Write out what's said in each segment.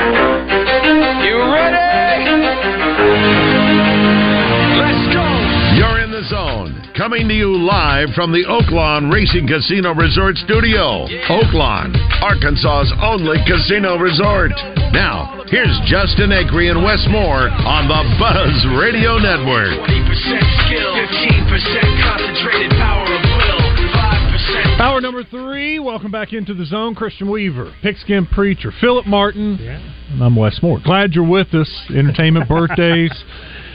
You ready? Let's go. You're in the zone. Coming to you live from the Oaklawn Racing Casino Resort Studio. Oaklawn, Arkansas's only casino resort. Now, here's Justin Acree and Wes Moore on the Buzz Radio Network. 20% skill, 15% concentrated power of will, 5%. Hour number three. Welcome back into the zone. Christian Weaver, Pigskin Preacher, Philip Martin, and I'm Wes Moore. Glad you're with us. Entertainment birthdays.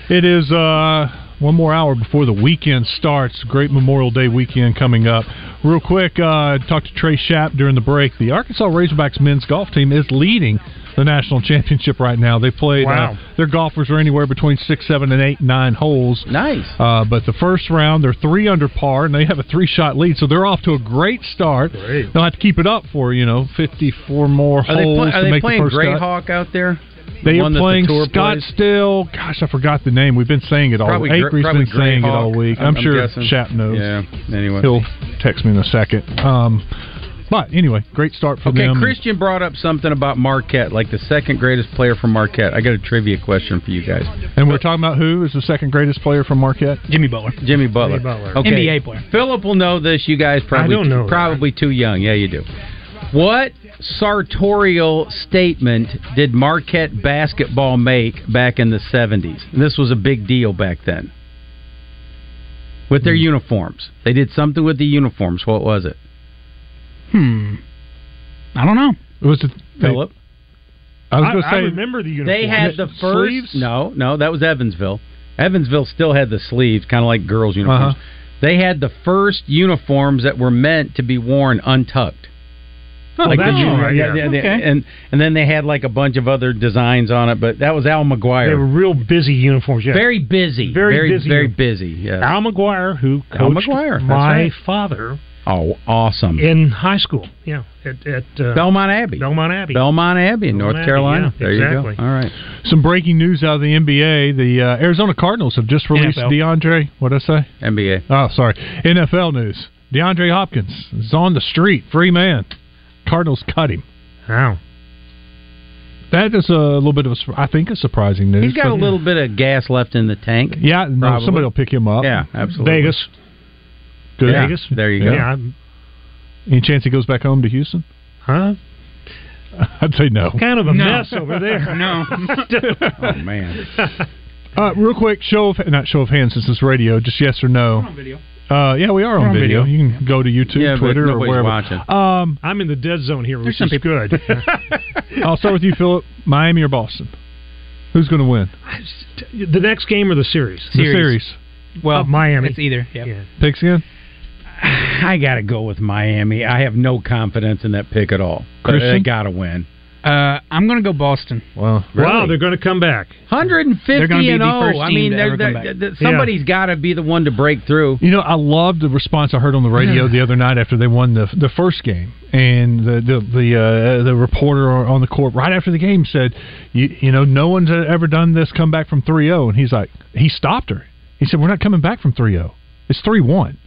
It is uh, one more hour before the weekend starts. Great Memorial Day weekend coming up. Real quick, uh, talked to Trey Schapp during the break. The Arkansas Razorbacks men's golf team is leading the national championship right now. They played. Wow. Uh, their golfers are anywhere between six, seven, and eight, nine holes. Nice. Uh, but the first round, they're three under par, and they have a three-shot lead, so they're off to a great start. Great. They'll have to keep it up for you know fifty-four more Are holes they, play, to are they make playing the first cut. Greyhawk out there? They The are one that the playing tour plays? Scottsdale. Gosh, I forgot the name. We've been saying it all. Probably Gre- Acree's probably been saying it all Greyhawk, week. I'm- I'm sure guessing. Shap knows. Yeah, anyway. he'll text me in a second. Um, but anyway, great start for Okay, them. Christian brought up something about Marquette, like the second greatest player from Marquette. I got a trivia question for you guys. and we're talking about who is the second greatest player from Marquette? Jimmy Butler. Jimmy Butler. Butler. Okay. NBA player. Philip will know this. You guys probably don't know that. probably too young. Yeah, you do. What sartorial statement did Marquette basketball make back in the 70s? And this was a big deal back then. With their Hmm. uniforms. They did something with the uniforms. What was it? Hmm. I don't know. Was it Philip? I was gonna I- I say- remember the uniform. They had the The first. sleeves? No, no, that was Evansville. Evansville still had the sleeves, kind of like girls' Uh-huh. uniforms. They had the first uniforms that were meant to be worn untucked. Oh, like the that's uniform. all right. yeah, yeah, yeah, Okay. and and then they had like a bunch of other designs on it, but that was Al McGuire. They were real busy uniforms. Yeah. Very busy. Very, very busy. very busy. Yeah. Al McGuire, who coached Al McGuire, that's my right. father Oh, awesome. in high school. Yeah, at, at uh, Belmont Abbey. Belmont Abbey. Belmont Abbey in North Belmont Abbey, Carolina. yeah, there you go. exactly. All right. Some breaking news out of the NBA: the uh, Arizona Cardinals have just released NFL. DeAndre. What did I say? NBA. Oh, sorry. NFL news: DeAndre Hopkins is on the street, free man. Cardinals cut him. Wow. That is a little bit of a, sur- I think, a surprising news. He's got a but- little bit of gas left in the tank. Yeah, no, Probably. somebody will pick him up. Yeah, absolutely. Vegas. Good. Yeah, Vegas. There you go. Yeah. I'm- Any chance he goes back home to Houston? Huh? I'd say no. Kind of a mess over there. no. Oh man. Uh, real quick, show of not show of hands since it's radio. Just yes or no. video. Uh, yeah, we are on, on video. video. You can go to YouTube, Yeah, but Twitter, or nobody's wherever. watching. Um, I'm in the dead zone here, which some is good. I'll start with you, Philip. Miami or Boston? Who's going to win the next game or the series? the series? Well, Miami. It's either. Yeah. Oh, Yeah. Picks again. I gotta go with Miami. I have no confidence in that pick at all. But They Christian? gotta win. Uh, I'm gonna go Boston. Wow. Wow, they're going to come back. 150 They're gonna be and the 0. first I team mean, to they're, ever come they're- back. they're- somebody's got to be the one to break through. You know, I loved the response I heard on the radio the other night after they won the the first game, and the the the, uh, the reporter on the court right after the game said, you, "You know, no one's e-, ever done this comeback from 3-0. and he's like, he stopped her. He said, "We're not coming back from 3-0. It's 3-1."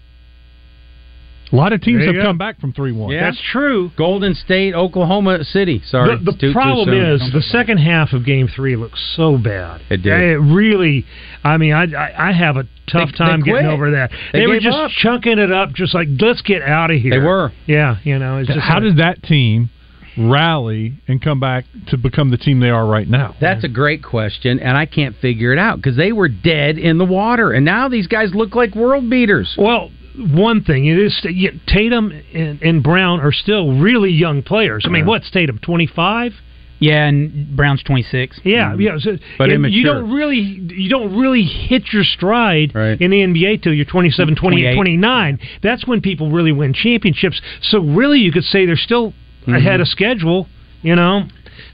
A lot of teams There have you go. come back from 3-1. Yeah. That's true. Golden State, Oklahoma City. Sorry, The, the it's too- too problem soon. is the second half of Game Three looks so bad. It did. It really, I mean, I I, I have a tough They- time they getting quit. over that. They were gave just up. chunking it up, just like let's get out of here. They were. Yeah, you know. It's just How like- did that team rally and come back to become the team they are right now? That's a great question, and I can't figure it out because they were dead in the water, and now these guys look like world beaters. Well, one thing it is yeah, Tatum and, and Brown are still really young players. I mean, what's Tatum? Twenty five. Yeah, and Brown's 26. Yeah, yeah. So, Mm. But and you immature. don't really you don't really hit your stride Right. in the NBA till you're 27, 28, 28. 29. That's when people really win championships. So really, you could say they're still Mm-hmm. ahead of schedule. You know,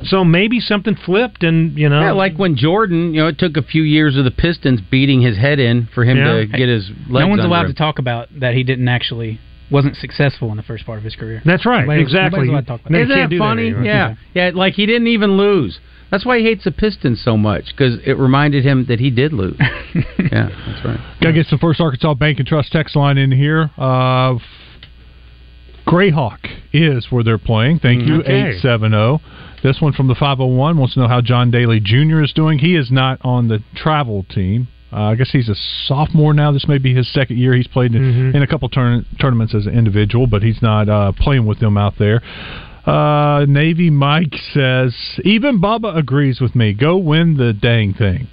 so maybe something flipped, and you know, Yeah, like when Jordan, you know, it took a few years of the Pistons beating his head in for him Yeah. to get his legs no one's under allowed him. to talk about that he didn't actually wasn't successful in the first part of his career. That's right. Nobody's- exactly. nobody's allowed to talk about They it. Isn't can't that do that funny? anymore. yeah, yeah. Like he didn't even lose. That's why he hates the Pistons so much because it reminded him that he did lose. yeah, that's right. Gotta get some First Arkansas Bank and Trust text line in here. Uh, Greyhawk is where they're playing. Thank you, Okay. 870. This one from the 501 wants to know how John Daly Jr. is doing. He is not on the travel team. Uh, I guess he's a sophomore now. This may be his second year. He's played in, in a couple turn- tournaments as an individual, but he's not uh, playing with them out there. Uh, Navy Mike says, even Bubba agrees with me. Go win the dang thing.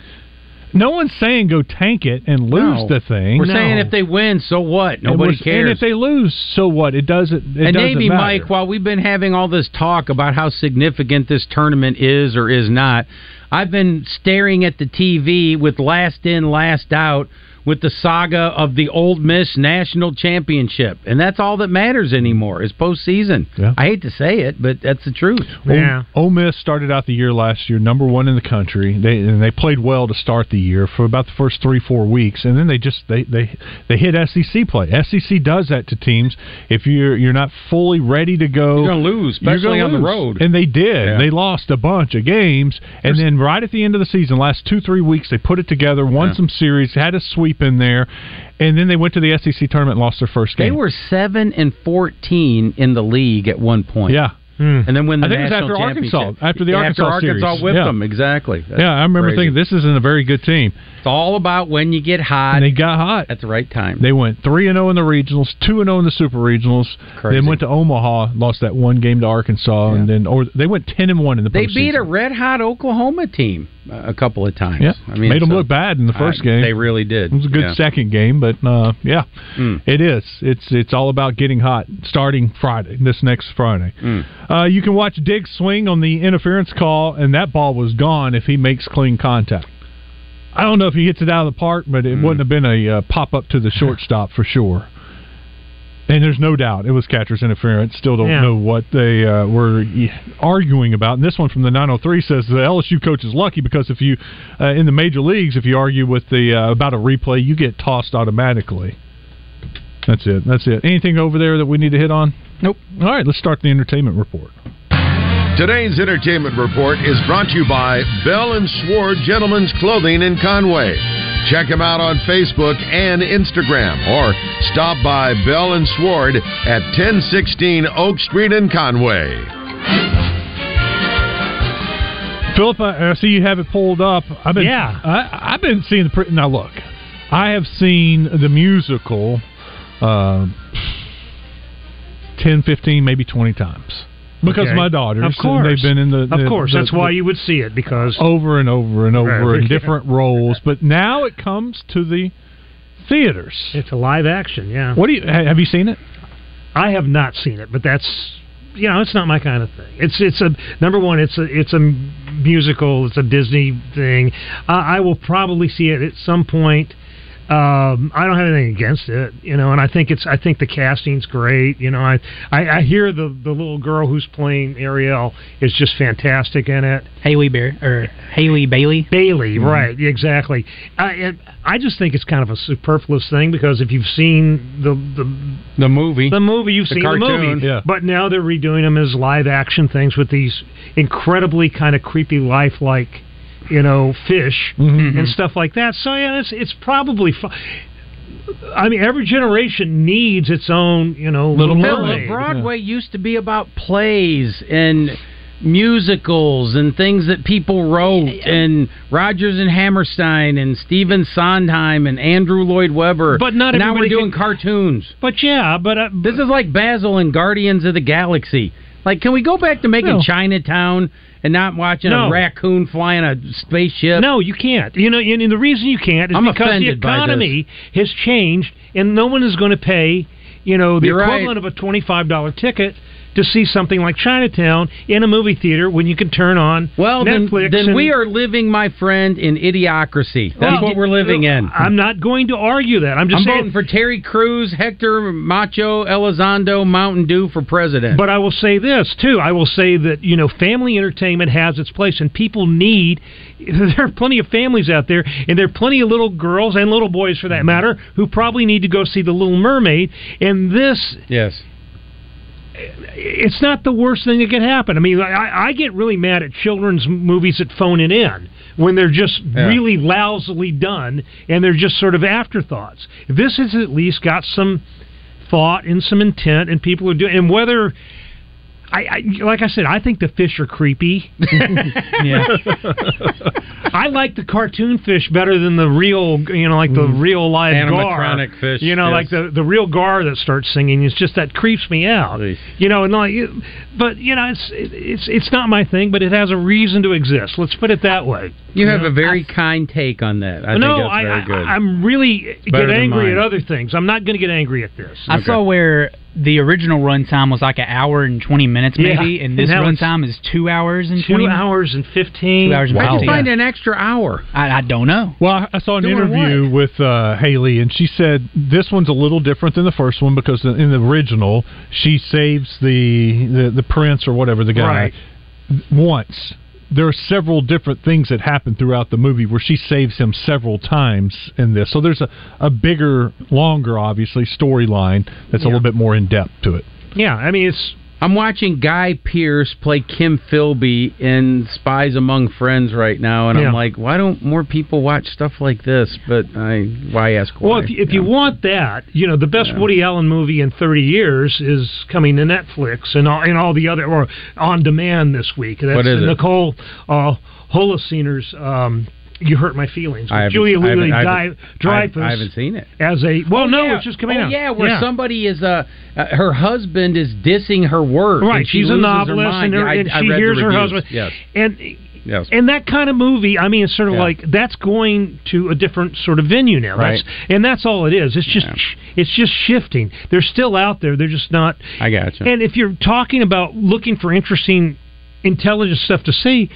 No one's saying go tank it and lose No. the thing. We're saying if they win, so what? And we're- Nobody And cares. if they lose, so what? It doesn't. It and doesn't maybe, matter. Mike, while we've been having all this talk about how significant this tournament is or is not, I've been staring at the TV with last in, last out with the saga of the Old Miss National Championship. And that's all that matters anymore is postseason. I hate to say it, but that's the truth. Ole- Ole Miss started out the year last year number one in the country. They and they played well to start the year for about the first three four weeks, and then they just they they they hit SEC play. SEC does that to teams if you're you're not fully ready to go. You're gonna lose, you're especially gonna on lose. the road. And they did. Yeah. They lost a bunch of games, and then right at the end of the season, last two three weeks, they put it together, won Yeah. some series, had a sweep in there, and then they went to the SEC tournament, and lost their first game. They were 7 and 14 in the league at one point. Yeah. And then when the I think it was national after Arkansas, championship. after the after Arkansas series. Arkansas whipped Yeah. them exactly. That's yeah, I remember crazy. thinking this isn't a very good team. It's all about when you get hot. And they got hot at the right time. They went three and zero in the regionals, two and zero in the super regionals. Then went to Omaha, lost that one game to Arkansas, and then or they went ten and one in the. They postseason. beat a red hot Oklahoma team uh, a couple of times. Yeah, I mean, made them so- look bad in the first I- game. They really did. It was a good Yeah. second game, but uh, yeah, Mm. it is. It's it's all about getting hot starting Friday, this next Friday. Uh, you can watch Dig swing on the interference call, and that ball was gone if he makes clean contact. I don't know if he hits it out of the park, but it wouldn't have been a uh, pop up to the shortstop for sure. And there's no doubt it was catcher's interference. Still don't Yeah. know what they uh, were arguing about. And this one from the 903 says the LSU coach is lucky because if you uh, in the major leagues, if you argue with the uh, about a replay, you get tossed automatically. That's it. That's it. Anything over there that we need to hit on? Nope. All right, let's start the entertainment report. Today's entertainment report is brought to you by Bell and Sword Gentlemen's Clothing in Conway. Check them out on Facebook and Instagram or stop by Bell and Sword at 1016 Oak Street in Conway. Philip, I I see you have it pulled up. I've been, Yeah. I, I've been seeing the. Pre- now look, I have seen the musical, uh, 10, 15, maybe twenty times because Okay. my daughters. Of and course. they've been in the. Of the- course, the- that's why the- you would see it because over and over and over Right. in different roles. But now it comes to the theaters. it's a live action. Yeah. What do you ha- have you seen it? I have not seen it, but that's you know, it's not my kind of thing. It's it's a number one. It's a it's a musical. It's a Disney thing. Uh, I will probably see it at some point. Um, I don't have anything against it, you know, and I think it's I think the casting's great. You know, I I, I hear the the little girl who's playing Ariel is just fantastic in it. Haley Bear or Haley Bailey. Mm-hmm. Bailey, right? Exactly. I it, I just think it's kind of a superfluous thing because if you've seen the the The movie. the movie you've The seen the cartoon. movie, Yeah. but now they're redoing them as live action things with these incredibly kind of creepy lifelike, you know, fish and stuff like that. So yeah, it's it's probably. Fu- I mean, every generation needs its own, you know, Little Hell, Mermaid. Broadway used to be about plays and musicals and things that people wrote and Rogers and Hammerstein and Stephen Sondheim and Andrew Lloyd Webber. But not now we're everybody doing cartoons. But yeah, but uh, This is like Basil and Guardians of the Galaxy. Like, can we go back to making No. Chinatown and not watching a No. raccoon flying a spaceship? No, you can't. You know, and, and the reason you can't is I'm because the offended by this. economy has changed, and no one is going to pay, you know, the You're right. equivalent of a twenty-five dollar ticket to see something like Chinatown in a movie theater when you can turn on well, then, Netflix. then and- we are living, my friend, in idiocracy. That's Well, what we're living in. I'm not going to argue that. I'm just I'm saying. voting for Terry Crews, Hector Macho, Elizondo, Mountain Dew for president. But I will say this too. I will say that you know family entertainment has its place, and people need. There are plenty of families out there, and there are plenty of little girls and little boys, for that matter, who probably need to go see The Little Mermaid. And this, yes. it's not the worst thing that could happen. I mean, I, I get really mad at children's movies that phone it in when they're just Yeah. really lousily done and they're just sort of afterthoughts. This has at least got some thought and some intent, and people are doing. And whether I, I like I said, I think the fish are creepy. Yeah. I like the cartoon fish better than the real, you know, like the real live Mm. Animatronic gar. fish, You know, yes. like the the real gar that starts singing. It's just that creeps me out. Eesh. You know, and like, you- but you know, it's it's it's not my thing, but it has a reason to exist. Let's put it that way. You have a very kind take on that. I no, think that's I, very good. I I'm really better get than angry mine. at other things. I'm not going to get angry at this. I saw where the original runtime was like an hour and 20 minutes Yeah. maybe, and And this now runtime it's is two hours and Two 20 hours and fifteen. Two hours and Why'd you 15. find an extra hour? I, I don't know. Well, I- I saw an Doing interview with uh, Haley, and she said this one's a little different than the first one because in the original, she saves the the, the prince or whatever the guy Right. once. There are several different things that happen throughout the movie where she saves him several times in this. So there's a, a bigger, longer, obviously, storyline that's a little bit more in depth to it. Yeah, I mean it's I'm watching Guy Pearce play Kim Philby in Spies Among Friends right now, and Yeah. I'm like, why don't more people watch stuff like this? But I, why ask why? Well, if, if you want that, you know, the best Woody Allen movie in 30 years is coming to Netflix and all, and all the other, or on demand this week. That's What is it? Nicole uh, Holocener's um, You Hurt My Feelings. I haven't- Julia I haven't- Louis I haven't- Dreyfus I, I haven't seen it. as a. Well, no, Yeah. it's just coming oh, out. Yeah, where somebody is uh, uh, her husband is dissing her work. Right, and she she's a loses her novelist, mind. and, her- I- and I she read the hears her reviews. husband. Yes, And yes. and that kind of movie, I mean, it's sort of Yeah. like that's going to a different sort of venue now. That's, and that's all it is. It's just it's just shifting. They're still out there. They're just not. I gotcha. And if you're talking about looking for interesting, intelligent stuff to see,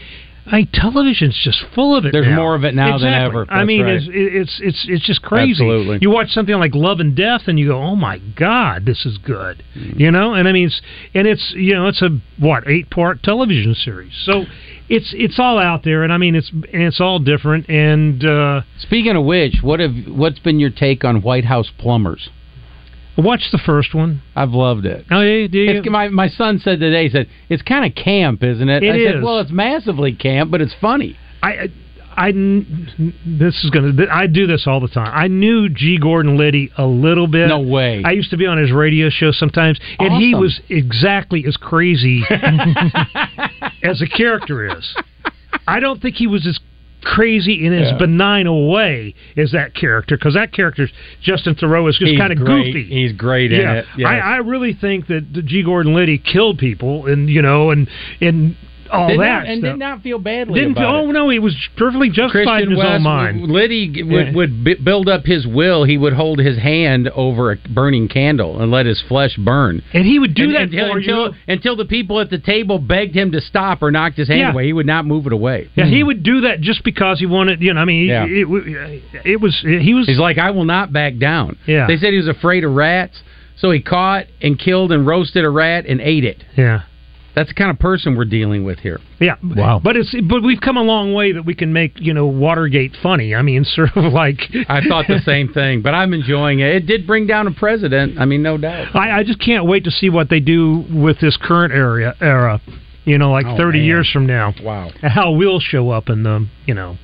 I television's just full of it. There's now. more of it now than Exactly. ever. I That's mean, right. it's, it's it's it's just crazy. Absolutely. You watch something like Love and Death, and you go, "Oh my God, this is good," Mm. you know. And I mean, it's, and it's you know, it's a what eight part television series, so it's it's all out there, and I mean, it's and it's all different, and uh, Speaking of which, what have what's been your take on White House plumbers? watch the first one. I've loved it. Oh, yeah, do you? It's, my my son said today, he said it's kind of camp, isn't it? It I said, is. well, it's massively camp, but it's funny. I. I I kn- this is gonna. th- I do this all the time. I knew G. Gordon Liddy a little bit. No way. I used to be on his radio show sometimes, and he Awesome. was exactly as crazy as a character is. I don't think he was as crazy in as benign a way as that character, because that character's Justin Thoreau is just kind of goofy. He's great yeah, I, I really think that the G. Gordon Liddy killed people, and you know, and and all did that not, and stuff. did not feel badly Didn't about oh it. no, he was perfectly justified in Christian his West, own mind. Liddy g- would, Yeah. would b- build up his will. He would hold his hand over a burning candle and let his flesh burn. And he would do And- that until, for until, you. until the people at the table begged him to stop or knocked his hand Yeah. away. He would not move it away. Hmm. Yeah, he would do that just because he wanted. You know, I mean, Yeah. it, it, it was he was He's like, I will not back down. Yeah. They said he was afraid of rats, so he caught and killed and roasted a rat and ate it. yeah. That's the kind of person we're dealing with here. Yeah. Wow. But it's but we've come a long way that we can make you know Watergate funny. I mean, sort of like I thought the same thing, but I'm enjoying it. It did bring down a president. I mean, no doubt. I, I just can't wait to see what they do with this current area era. You know, like Oh, thirty man. years from now, Wow. how we'll show up in the you know.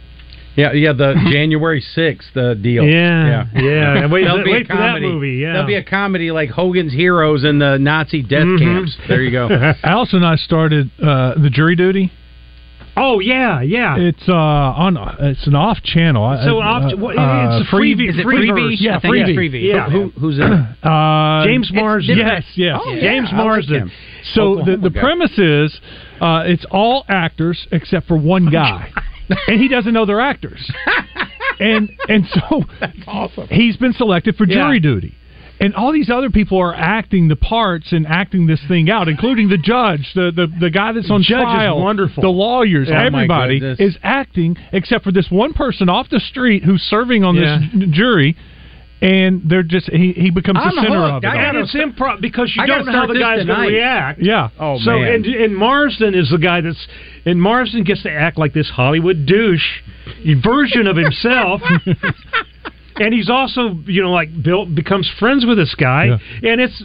Yeah, yeah. The January sixth uh, deal. Yeah, yeah. yeah. Wait, There'll be a wait for that comedy. movie. Yeah, There'll be a comedy like Hogan's Heroes and the Nazi death Mhm. camps. There you go. Alice Mm-hmm. and I started uh, the jury duty. oh yeah, yeah. It's uh, on. It's an off channel. I- So uh, off- well, uh, it's a freebie. Is it freebie? freebie? Yeah, I think it's freebie. freebie. Yeah. Who, who's in it? Uh, James Marsden. Yes, yes. Oh, yeah. James I like Marsden. him. So Oklahoma the, the guy. premise is uh, it's all actors except for one guy, and he doesn't know they're actors. and and so Awesome. he's been selected for Yeah. jury duty. And all these other people are acting the parts and acting this thing out, including the judge, the the, the guy that's on The judge is trial, wonderful. the lawyers, Oh, my everybody goodness. is acting except for this one person off the street who's serving on Yeah. this jury, and they're just he, he becomes I'm the center hooked. of it. I all. gotta And it's start- improv because you I don't gotta know how start the this guy's going tonight. to react. Yeah. Oh, so, man. And, and Marsden is the guy that's and Marsden gets to act like this Hollywood douche version of himself. and he's also, you know, like built becomes friends with this guy, and it's.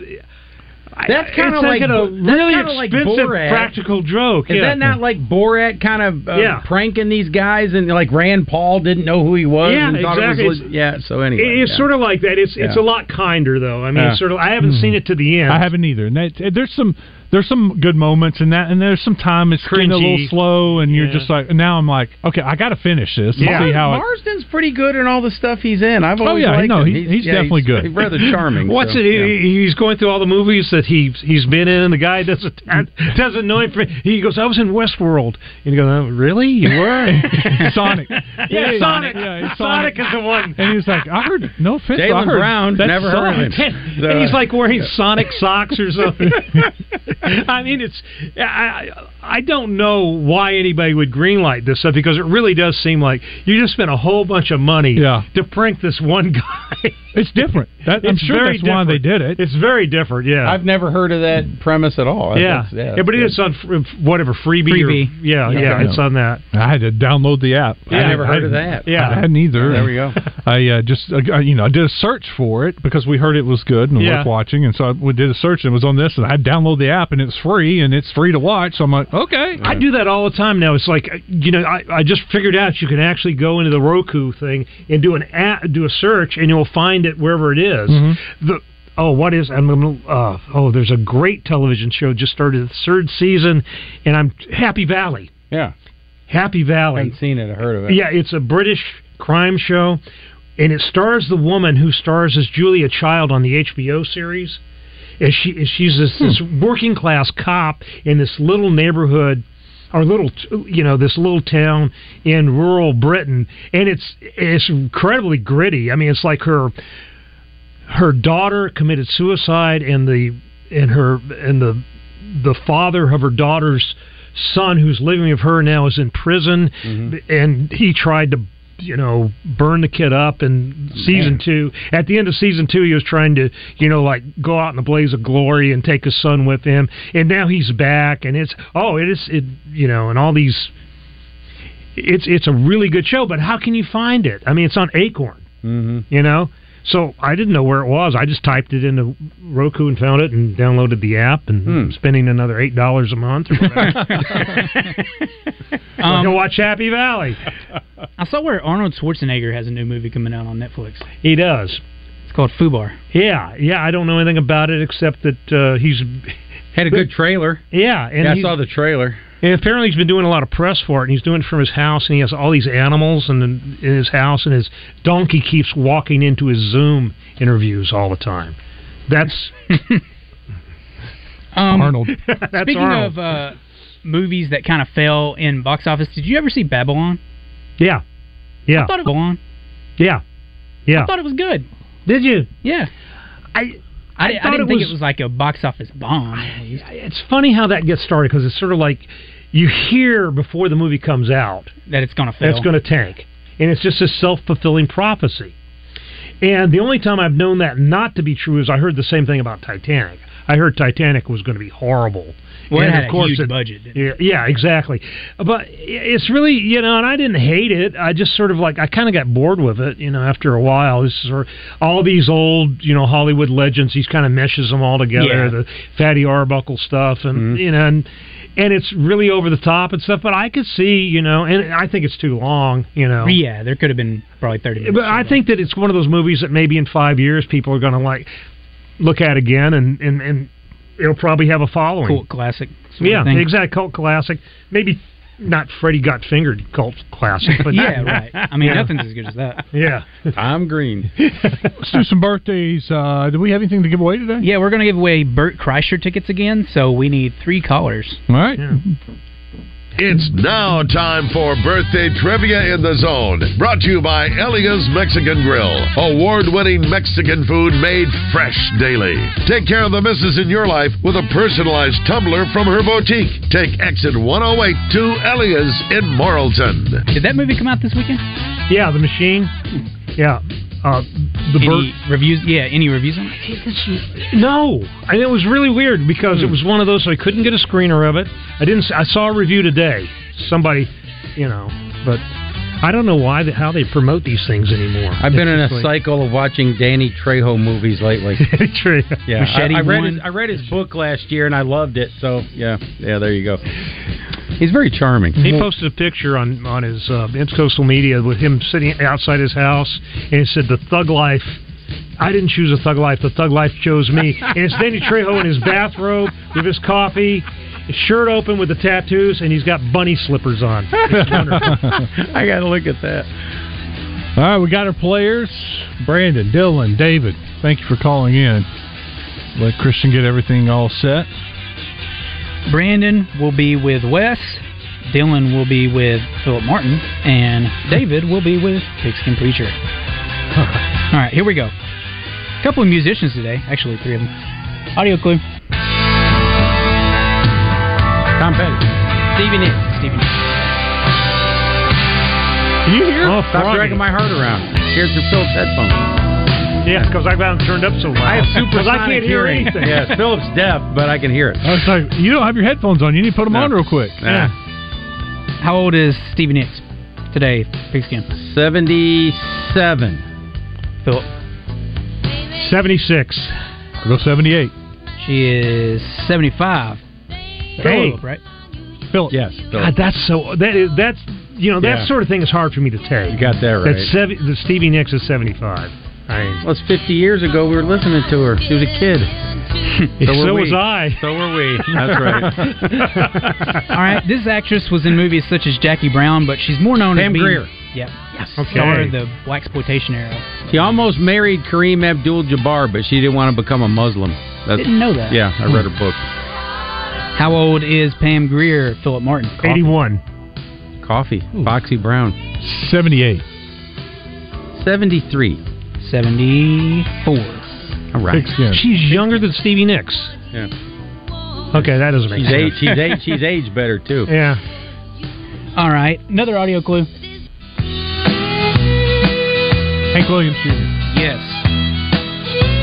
I- That's kinda it's like a Bo- that's really kinda like expensive Borat. practical joke. Is yeah. that not like Borat kind of uh, Yeah. pranking these guys and like Rand Paul didn't know who he was? Yeah, and thought it was exactly. le- yeah. So anyway, It- it's yeah. sort of like that. It's it's a Yeah. lot kinder though. I mean, Yeah. Mm-hmm. it's sort of. I haven't seen it to the end. I haven't either. And that, there's some there's some good moments in that, and there's some time it's getting a Cringy. little slow, and you're Yeah. just like, now I'm like, okay, I got to finish this. and Mar- See how it, Marsden's pretty good in all the stuff he's in. I've Oh, always yeah, liked no, him. he- he's yeah, definitely good. he's rather charming. What's so, it? yeah. He, He's going through all the movies that he he's been in, and the guy doesn't doesn't know him. For, he goes, "I was in Westworld," and he goes, oh, "Really? You were Sonic? Yeah, yeah, yeah, Sonic. yeah, it's Sonic. Sonic. is the one." And he was like, I heard no offense. but I Jaylen heard Brown, that never heard of sucked. him. uh, And he's like wearing Sonic socks or something. I mean, it's I I I don't know why anybody would greenlight this stuff because it really does seem like you just spent a whole bunch of money to prank this one guy. It's different. That, I'm sure that's why they did it. It's very different. Yeah, I've never heard of that premise at all. yeah. That's- yeah, that's but good. it's on fr- whatever freebie. Freebie. Or, yeah, yeah, Yeah. it's on that. I had to download the app. Yeah, I never heard of that. Yeah. I hadn't either. There we go. I uh, just, uh, I- you know, I did a search for it because we heard it was good and Yeah. worth watching, and so I, we did a search and it was on this, and I downloaded the app and it's free and it's free to watch. So I'm like, okay, I do that all the time now. It's like uh, you know, I, I just figured out you can actually go into the Roku thing and do an a do a search, and you'll find it wherever it is. Mhm. The oh, what is? I'm gonna, uh, oh, there's a great television show just started its third season, and I'm Happy Valley. Yeah, Happy I Valley. haven't seen it. I heard of it. Yeah, it's a British crime show, and it stars the woman who stars as Julia Child on the HBO series. And she and she's this, Hmm. this working class cop in this little neighborhood, or little t- you know this little town in rural Britain, and it's it's incredibly gritty. I mean, it's like her her daughter committed suicide, and the and her and the the father of her daughter's son who's living with her now is in prison and he tried to you know burn the kid up in season two at the end of season two he was trying to you know like go out in a blaze of glory and take his son with him and now he's back and it's oh it is it you know and all these it's it's a really good show but how can you find it i mean it's on acorn Mm-hmm. you know so i didn't know where it was i just typed it into roku and found it and downloaded the app and Hmm. spending another eight dollars a month or whatever oh, Um, to watch happy valley I saw where Arnold Schwarzenegger has a new movie coming out on Netflix. he does It's called Fubar. yeah yeah i don't know anything about it except that uh, he's Had a good trailer. yeah and yeah, I he's- saw the trailer. And apparently, he's been doing a lot of press for it, and he's doing it from his house, and he has all these animals and in, in his house, and his donkey keeps walking into his Zoom interviews all the time. That's Um, Arnold. That's speaking Arnold. of uh, movies that kind of fell in box office, did you ever see Babylon? yeah, yeah, I thought it was, yeah, yeah. I thought it was good. Did you? Yeah. I I, di- I thought didn't it think was- it was like a box office bomb. It's funny how that gets started because it's sort of like you hear before the movie comes out that it's going to fail. that's going to tank, and it's just a self fulfilling prophecy. And the only time I've known that not to be true is I heard the same thing about Titanic. I heard Titanic was going to be horrible. Well, it and had of a course huge it- budget. Yeah, yeah, exactly. But it's really, you know, and I didn't hate it. I just sort of like I kind of got bored with it, you know, after a while. It's sort of all these old, you know, Hollywood legends. He kind of meshes them all together. Yeah. Mm-hmm. The Fatty Arbuckle stuff, and you know, and and it's really over the top and stuff. But I could see, you know, and I think it's too long, you know. Yeah, there could have been probably 30 minutes. But I think that it's one of those movies that maybe in five years people are going to like look at again, and and and it'll probably have a following. Cult classic. sort of Yeah, thing. exact cult classic. Maybe not Freddy Got Fingered cult classic, but yeah, right. I mean, Yeah. nothing's as good as that. Yeah. I'm green. let's do some birthdays. Uh, do we have anything to give away today? Yeah, we're going to give away Burt Kreischer tickets again, so we need three callers. All right. It's now time for birthday trivia in the zone. Brought to you by Elia's Mexican Grill, award winning Mexican food made fresh daily. Take care of the misses in your life with a personalized tumbler from her boutique. Take exit 108 to Elia's in Morrilton. Did that movie come out this weekend? Yeah, The Machine. Yeah. Uh, the any reviews? Yeah, any reviews on it? bird. No, and it was really weird because it was one of those. So I couldn't get a screener of it. I didn't. s- I saw a review today. Somebody, you know, but I don't know why how they promote these things anymore. I've been in It's a just like- cycle of watching Danny Trejo movies lately. True. Yeah, Machete I, I read One. his, I read his book last year and I loved it. So yeah, yeah, there you go. He's very charming. Mm-hmm. He posted a picture on on his uh, social media with him sitting outside his house, and it said, "The thug life." I didn't choose a thug life. The thug life chose me. and it's Danny Trejo in his bathrobe with his coffee, his shirt open with the tattoos, and he's got bunny slippers on. It's wonderful. I got to look at that. All right, we got our players Brandon, Dylan, David. Thank you for calling in. Let Christian get everything all set. Brandon will be with Wes. Dylan will be with Philip Martin, and David will be with Pigskin Preacher. All right, here we go. A couple of musicians today, actually three of them. Audio clue. Tom Petty. Stevie Nicks. Stevie Nicks. Can you hear? Oh, Stop Froggy. dragging my heart around. Here's your Phillips headphones. yeah, because I've got them turned up so loud. I have 'Cause supersonic I can't hear hearing. anything. yeah, Phillips deaf, but I can hear it. I was like, you don't have your headphones on. You need to put them No. on real quick. Yeah. How old is Stevie Nicks today? Pigskin. Seventy-seven. Philip. Seventy-six. I'll go 78. She is 75. Hey. Philip, right? Philip. Yes. God, Phillips. that's so. That is that's you know that Yeah. sort of thing is hard for me to take. You got that right. That's seven, the Stevie Nicks is seventy-five. I mean, Well, it's 50 years ago we were listening to her. She was a kid. So, were we. was I. So were we. That's right. All right. This actress was in movies such as Jackie Brown, but she's more known as Pam being, Grier. Yep. Yes. Okay. Star of the black exploitation era. She almost married Kareem Abdul-Jabbar, but she didn't want to become a Muslim. That's, Didn't know that. yeah, I read her book. How old is Pam Grier? Philip Martin. Eighty-one. Coffee. Foxy Brown. 78. 73. Seventy-four. All right. Pigskin. She's younger than Stevie Nicks. Yeah. Okay, that doesn't make She's sense. age. She's age. She's age better too. Yeah. All right. Another audio clue. Hank Williams Jr. Yes.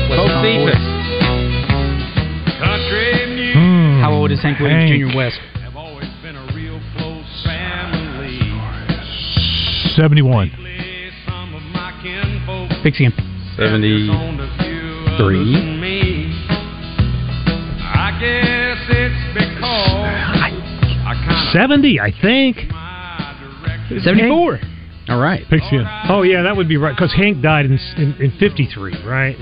Bo Cephas. How old is Hank Williams Hank. Jr. West? I've always been a real close family. 71. Some of my kinfolk Pigskin. Seventy. owned a few others Three. than me. I guess it's because I kind of Seventy, I think. my direction. Seventy-four. All right. Pigskin. Oh yeah, that would be right because Hank died in, in in '53, right?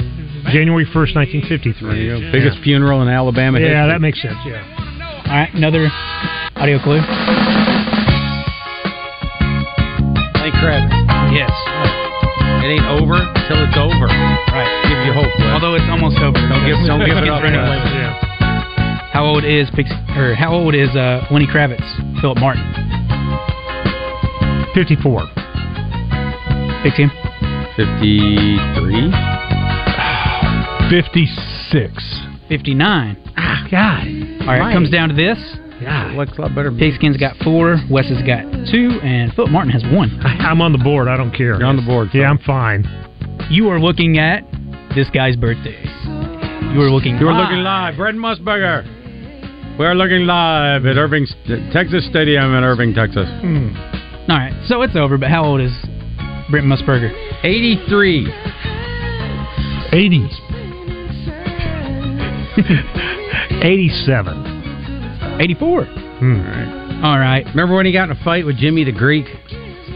January 1st, 1953. There you go. Yeah. Biggest funeral in Alabama Yeah, history. that makes sense. Yeah. All right. Another audio clue. Thank crap. Yes. It ain't over till it's over. Right. Give you hope. Wes. Although it's almost over. Don't give- don't give it up, uh, Yeah. How old is Pix- or how old is uh, Lenny Kravitz? Philip Martin. 54. Pigskin. 53. 56. Fifty-nine. Ah, God. All right. Right. It comes down to this. God. Looks a lot better. Pigskin's got four. Wes has got two, and Philip Martin has one. I, I'm on the board. I don't care. You're on the board. Yeah, I'm fine. You are looking at this guy's birthday. You are looking. You are looking live. Brett Musburger. We're looking live at Irving, Texas Stadium in Irving, Texas. Hmm. All right, so it's over. But how old is Brent Musburger? 83. 80. 87. Eighty-four. Hmm. All right. Remember when he got in a fight with Jimmy the Greek?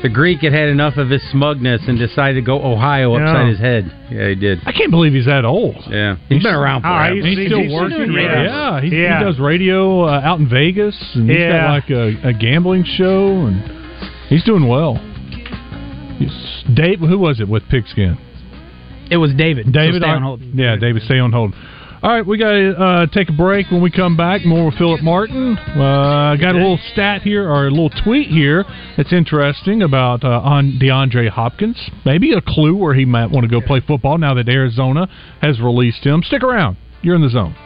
The Greek had had enough of his smugness and decided to go Ohio upside Yeah. his head. Yeah, he did. I can't believe he's that old. Ah, Yeah, he's been around All right, forever. He's, still he's working. doing radio. Yeah, he, he Yeah. does radio uh, out in Vegas, and he's Yeah. got like a, a gambling show, and he's doing well. He's- Dave, who was it with Pigskin? It was David. so David, stay I- on hold. yeah, David, stay on hold. All right, we got to uh, take a break. When we come back, more with Philip Martin. Uh, got a little stat here, or a little tweet here that's interesting about uh, on DeAndre Hopkins. Maybe a clue where he might want to go play football now that Arizona has released him. Stick around. You're in the zone.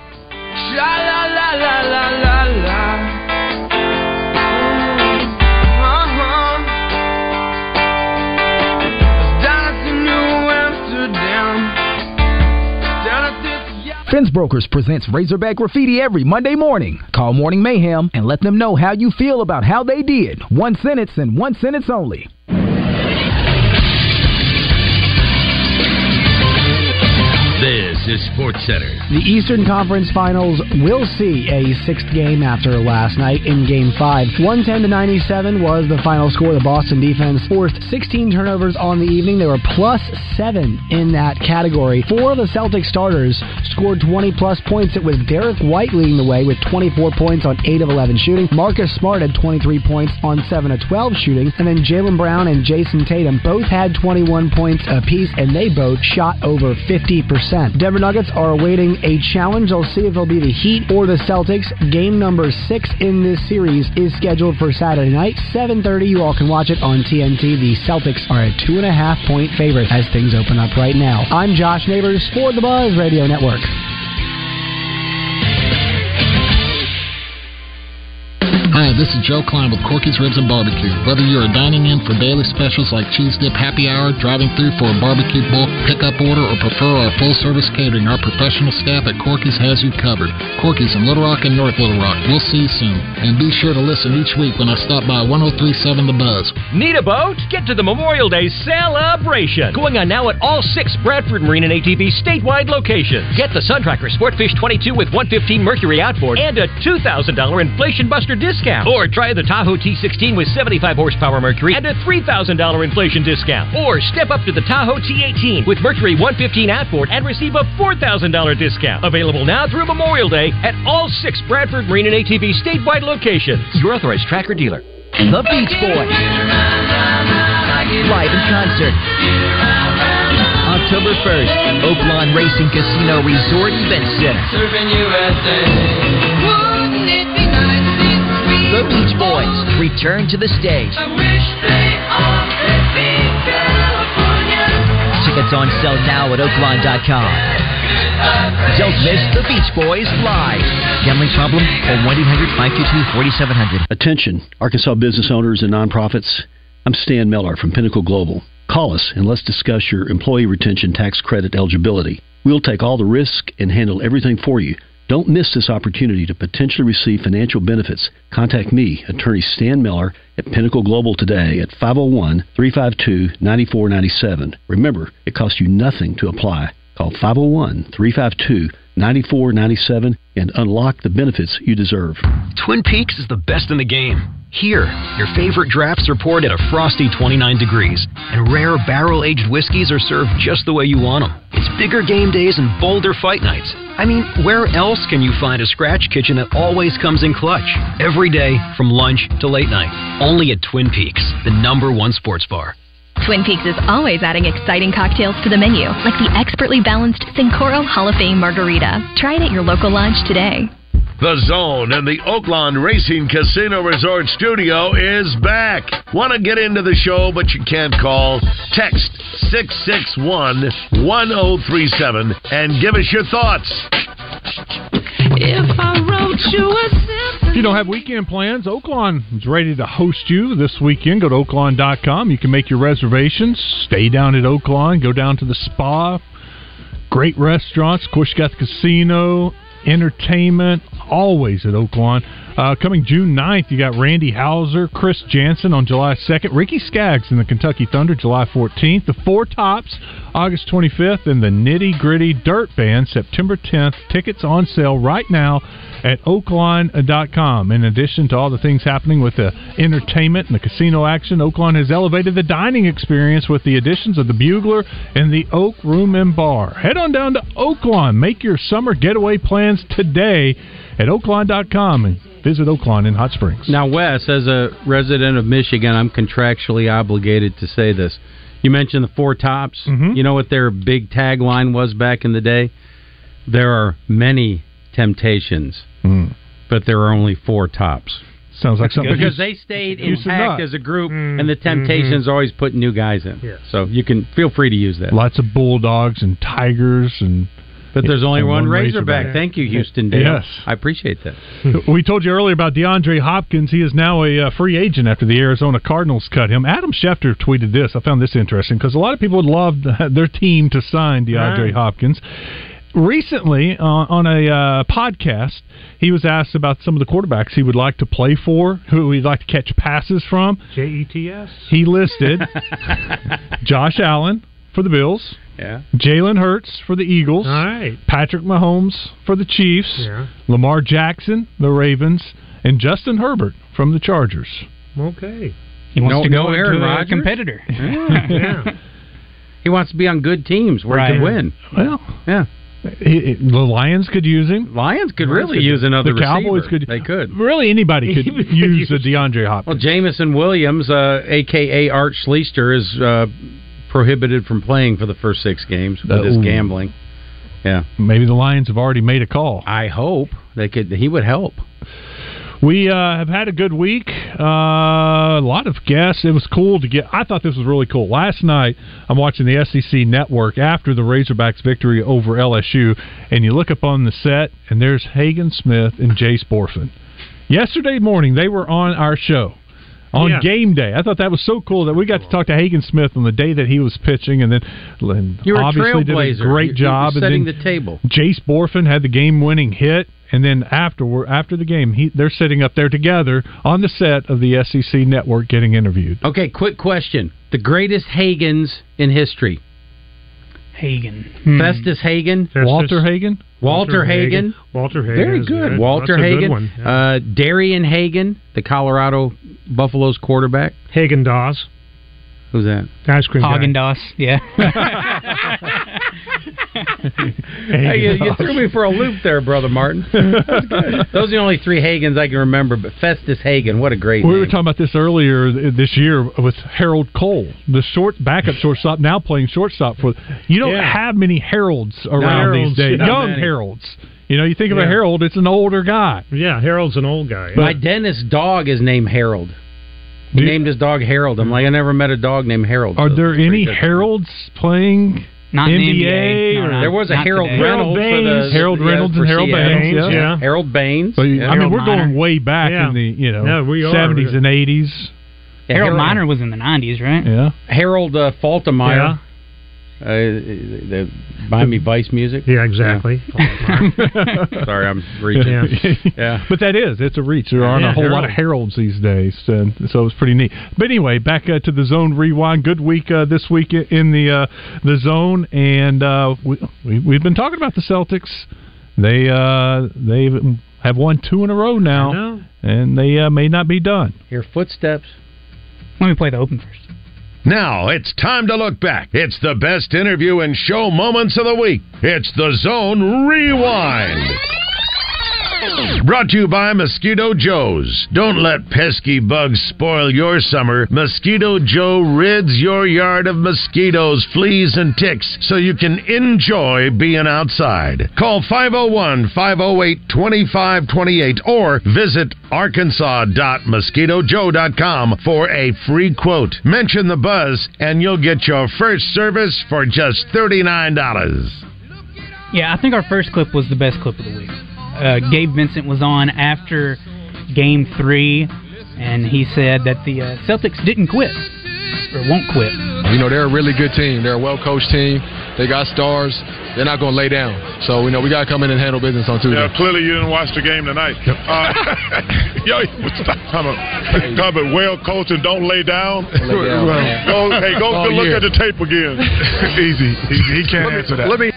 Fence Brokers presents Razorback Graffiti every Monday morning. Call Morning Mayhem and let them know how you feel about how they did. One sentence and one sentence only. This is Sports Center. The Eastern Conference Finals will see a sixth game after last night in Game 5. 110 to 97 was the final score. The Boston defense forced 16 turnovers on the evening. They were plus 7 in that category. Four of the Celtics starters scored 20 plus points. It was Derek White leading the way with 24 points on 8 of 11 shooting. Marcus Smart had 23 points on 7 of 12 shooting. And then Jalen Brown and Jason Tatum both had 21 points apiece, and they both shot over 50%. Denver Nuggets are awaiting a challenge. They'll see if it'll be the Heat or the Celtics. Game number six in this series is scheduled for Saturday night, 7:30. You all can watch it on TNT. The Celtics are a two and a half point favorite as things open up right now. I'm Josh Neighbors for the Buzz Radio Network. Hi, this is Joe Klein with Corky's Ribs and Barbecue. Whether you are dining in for daily specials like cheese dip happy hour, driving through for a barbecue bulk pickup order, or prefer our full service catering, our professional staff at Corky's has you covered. Corky's in Little Rock and North Little Rock. We'll see you soon. And be sure to listen each week when I stop by 1037 The Buzz. Need a boat? Get to the Memorial Day celebration. Going on now at all six Bradford Marine and ATV statewide locations. Get the Suntracker Sportfish 22 with 115 Mercury outboard and a $2,000 inflation buster discount. Or try the Tahoe T16 with 75 horsepower Mercury and a $3,000 inflation discount. Or step up to the Tahoe T18 with Mercury 115 outboard and receive a $4,000 discount. Available now through Memorial Day at all six Bradford Marine and ATV statewide locations. Your authorized tracker dealer. The Beach Boys. Live in concert. October 1st, Oaklawn Racing Casino Resort Event Center. The Beach Boys return to the stage. Tickets on sale now at oaklawn.com. Don't miss the Beach Boys live. Gambling problem? Call 1 800 522 4700. Attention, Arkansas business owners and nonprofits. I'm Stan Miller from Pinnacle Global. Call us and let's discuss your employee retention tax credit eligibility. We'll take all the risk and handle everything for you. Don't miss this opportunity to potentially receive financial benefits. Contact me, attorney Stan Miller, at Pinnacle Global today at 501 352 9497. Remember, it costs you nothing to apply. Call 501 352 9497 and unlock the benefits you deserve. Twin Peaks is the best in the game. Here, your favorite drafts are poured at a frosty 29 degrees, and rare barrel aged whiskeys are served just the way you want them. It's bigger game days and bolder fight nights. I mean, where else can you find a scratch kitchen that always comes in clutch? Every day, from lunch to late night. Only at Twin Peaks, the number one sports bar. Twin Peaks is always adding exciting cocktails to the menu, like the expertly balanced Sincoro Hall of Fame Margarita. Try it at your local lodge today. The Zone and the Oaklawn Racing Casino Resort Studio is back. Want to get into the show, but you can't call? Text 661 1037 and give us your thoughts. If I wrote you If you don't have weekend plans, Oaklawn is ready to host you this weekend. Go to oaklawn.com. You can make your reservations. Stay down at Oaklawn. Go down to the spa. Great restaurants. Of course, you got the casino, entertainment, always at Oaklawn. Uh, coming June 9th, you got Randy Hauser, Chris Jansen on July 2nd, Ricky Skaggs in the Kentucky Thunder July 14th, the Four Tops August 25th, and the Nitty Gritty Dirt Band September 10th. Tickets on sale right now at oaklawn.com. In addition to all the things happening with the entertainment and the casino action, Oaklawn has elevated the dining experience with the additions of the Bugler and the Oak Room and Bar. Head on down to Oaklawn. Make your summer getaway plans today at oaklawn.com and visit Oaklawn in Hot Springs. Now, Wes, as a resident of Michigan, I'm contractually obligated to say this. Mm-hmm. You mentioned the Four Tops. You know what their big tagline was back in the day? There are many temptations, Hmm. but there are only four tops. Sounds like something because they stayed You should intact not. as a group, Hmm. and the Temptations always put new guys in. Mm-hmm. Yes. So you can feel free to use that. Lots of bulldogs and tigers and. But there's only and one, Razorback. Thank you, Houston Dale. Yes. I appreciate that. We told you earlier about DeAndre Hopkins. He is now a uh, free agent after the Arizona Cardinals cut him. Adam Schefter tweeted this. I found this interesting because a lot of people would love their team to sign DeAndre Right. Hopkins. Recently, uh, on a uh, podcast, he was asked about some of the quarterbacks he would like to play for, who he'd like to catch passes from. J E T S. He listed Josh Allen for the Bills. Yeah. Jalen Hurts for the Eagles. All right. Patrick Mahomes for the Chiefs. Yeah. Lamar Jackson, the Ravens, and Justin Herbert from the Chargers. Okay. He wants No- to go no Aaron into a Rodgers? competitor. Yeah. he wants to be on good teams where he can win. Well, yeah. the Lions could use him. Lions could really use another The Cowboys receiver. could. They could. Really, anybody could use a DeAndre Hopkins. Well, Jamison Williams, uh, a.k.a. Art Schleister, is uh, prohibited from playing for the first six games with his Oh. gambling. Yeah. Maybe the Lions have already made a call. I hope they could. He would help. We uh, have had a good week. Uh, a lot of guests. It was cool to get. I thought this was really cool. Last night, I'm watching the SEC Network after the Razorbacks' victory over LSU, and you look up on the set, and there's Hagen Smith and Jace Borfin. Yesterday morning, they were on our show on Yeah. game day. I thought that was so cool that we got to talk to Hagen Smith on the day that he was pitching, and then and You were obviously a did a trailblazer. great You- you were job. and setting then, the table. Jace Borfin had the game-winning hit, and then afterward, after the game, he, they're sitting up there together on the set of the SEC Network getting interviewed. Okay, quick question. The greatest Hagens in history. Hagen. Festus Hagen. Walter Hagen. Walter Hagen. Walter Hagen. Very is good. Walter That's a Hagen. Good one. Uh, Darian Hagen, the Colorado Buffaloes quarterback. Hagen Dawes. Who's that? Ice cream. Hagen Doss, yeah. Hey, you, you threw me for a loop there, brother Martin. That's good. Those are the only three Hagens I can remember. But Festus Hagen, what a great We name. were talking about this earlier th- this year with Harold Cole, the short backup shortstop, now playing shortstop for. You don't Yeah. have many Harolds around Heralds, these days. not Young many. Harolds. You know, you think of a Yeah. Harold, it's an older guy. Yeah, Harold's an old guy. My dentist's dog is named Harold. He named his dog Harold. I'm like, I never met a dog named Harold. Are So there it's pretty any good. Heralds playing Not in NBA? the NBA. No, or- no, There was a not Harold today. Reynolds for the- Harold yeah, Reynolds for and Harold Seattle. Baines. Baines, yeah. Harold Baines. So, you- Yeah. I mean, Harold we're going Miner. way back Yeah. in the you know No, we are. 70s and 80s. Harold Miner was in the 90s, right? Yeah. Harold uh, Faltermeyer. Uh, the, the Miami Vice music. Yeah, exactly. Sorry, I'm reaching. Yeah. yeah. But that is, it's a reach. There aren't Yeah, a whole they're lot of heralds these days, and so it's pretty neat. But anyway, back uh, to the zone rewind. Good week uh, this week in the uh, the zone, and uh, we, we we've been talking about the Celtics. They uh, they have won two in a row I now, know. and they uh, may not be done. Your footsteps. Let me play the open first. Now it's time to look back. It's the best interview and show moments of the week. It's the Zone Rewind. Brought to you by Mosquito Joe's. Don't let pesky bugs spoil your summer. Mosquito Joe rids your yard of mosquitoes, fleas, and ticks so you can enjoy being outside. Call 501 508 2528 or visit arkansas.mosquitojoe.com for a free quote. Mention the buzz and you'll get your first service for just $39. Yeah, I think our first clip was the best clip of the week. Uh, Gabe Vincent was on after game three, and he said that the uh, Celtics didn't quit or won't quit. You know, they're a really good team. They're a well coached team. They got stars. They're not going to lay down. So, you know, we got to come in and handle business on Tuesday. Yeah, clearly you didn't watch the game tonight. Uh, yo, stop. Come on. Come on. Well, coach, and don't lay down. lay down. Yeah. Go, hey, go All good look year. at the tape again. easy. He, he can't answer that. let me-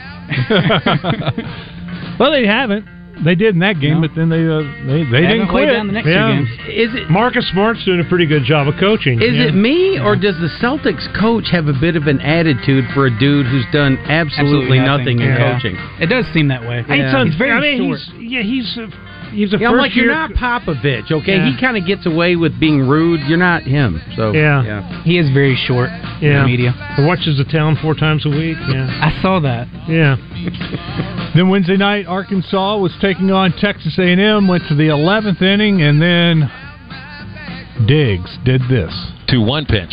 well, they haven't. They did in that game, but then they uh, they, they didn't quit. yeah. Is it Marcus Smart's doing a pretty good job of coaching? Is Yeah. it me or does the Celtics coach have a bit of an attitude for a dude who's done absolutely, nothing, in Yeah. coaching? It does seem that way. Yeah. He's very I mean, short. he's yeah, he's uh, He's a Yeah, I'm first like, you're year- not Popovich, okay? Yeah. He kind of gets away with being rude. You're not him. So Yeah. He is very short in Yeah. the media. Watches the town four times a week. Yeah. I saw that. Yeah. Then Wednesday night, Arkansas was taking on Texas A&M. Went to the 11th inning, and then Diggs did this. Two one pitch.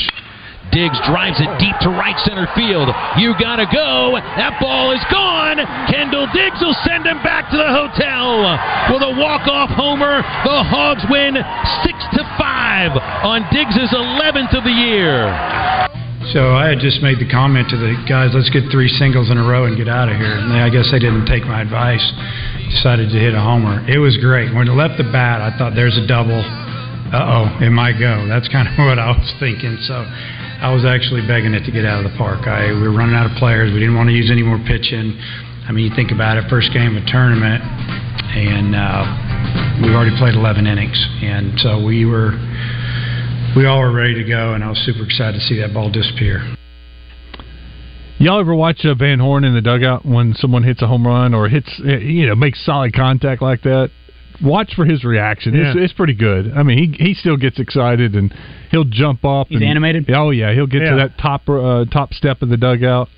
Diggs drives it deep to right center field. You gotta go. That ball is gone. Kendall Diggs will send him back to the hotel with a walk-off homer. The Hogs win six to five on Diggs's 11th of the year. So I had just made the comment to the guys, let's get three singles in a row and get out of here. And they, I guess they didn't take my advice, decided to hit a homer. It was great. When it left the bat, I thought, there's a double. Uh oh, it might go. That's kind of what I was thinking. So I was actually begging it to get out of the park. I, we were running out of players. We didn't want to use any more pitching. I mean, you think about it, first game of a tournament, and uh, we've already played 11 innings. And so we were, we all were ready to go, and I was super excited to see that ball disappear. Y'all ever watch uh, Van Horn in the dugout when someone hits a home run or hits, uh, you know, makes solid contact like that? Watch for his reaction. It's, Yeah. it's pretty good. I mean, he he still gets excited and he'll jump up. He's and, animated? Oh yeah, he'll get Yeah. to that top uh, top step of the dugout.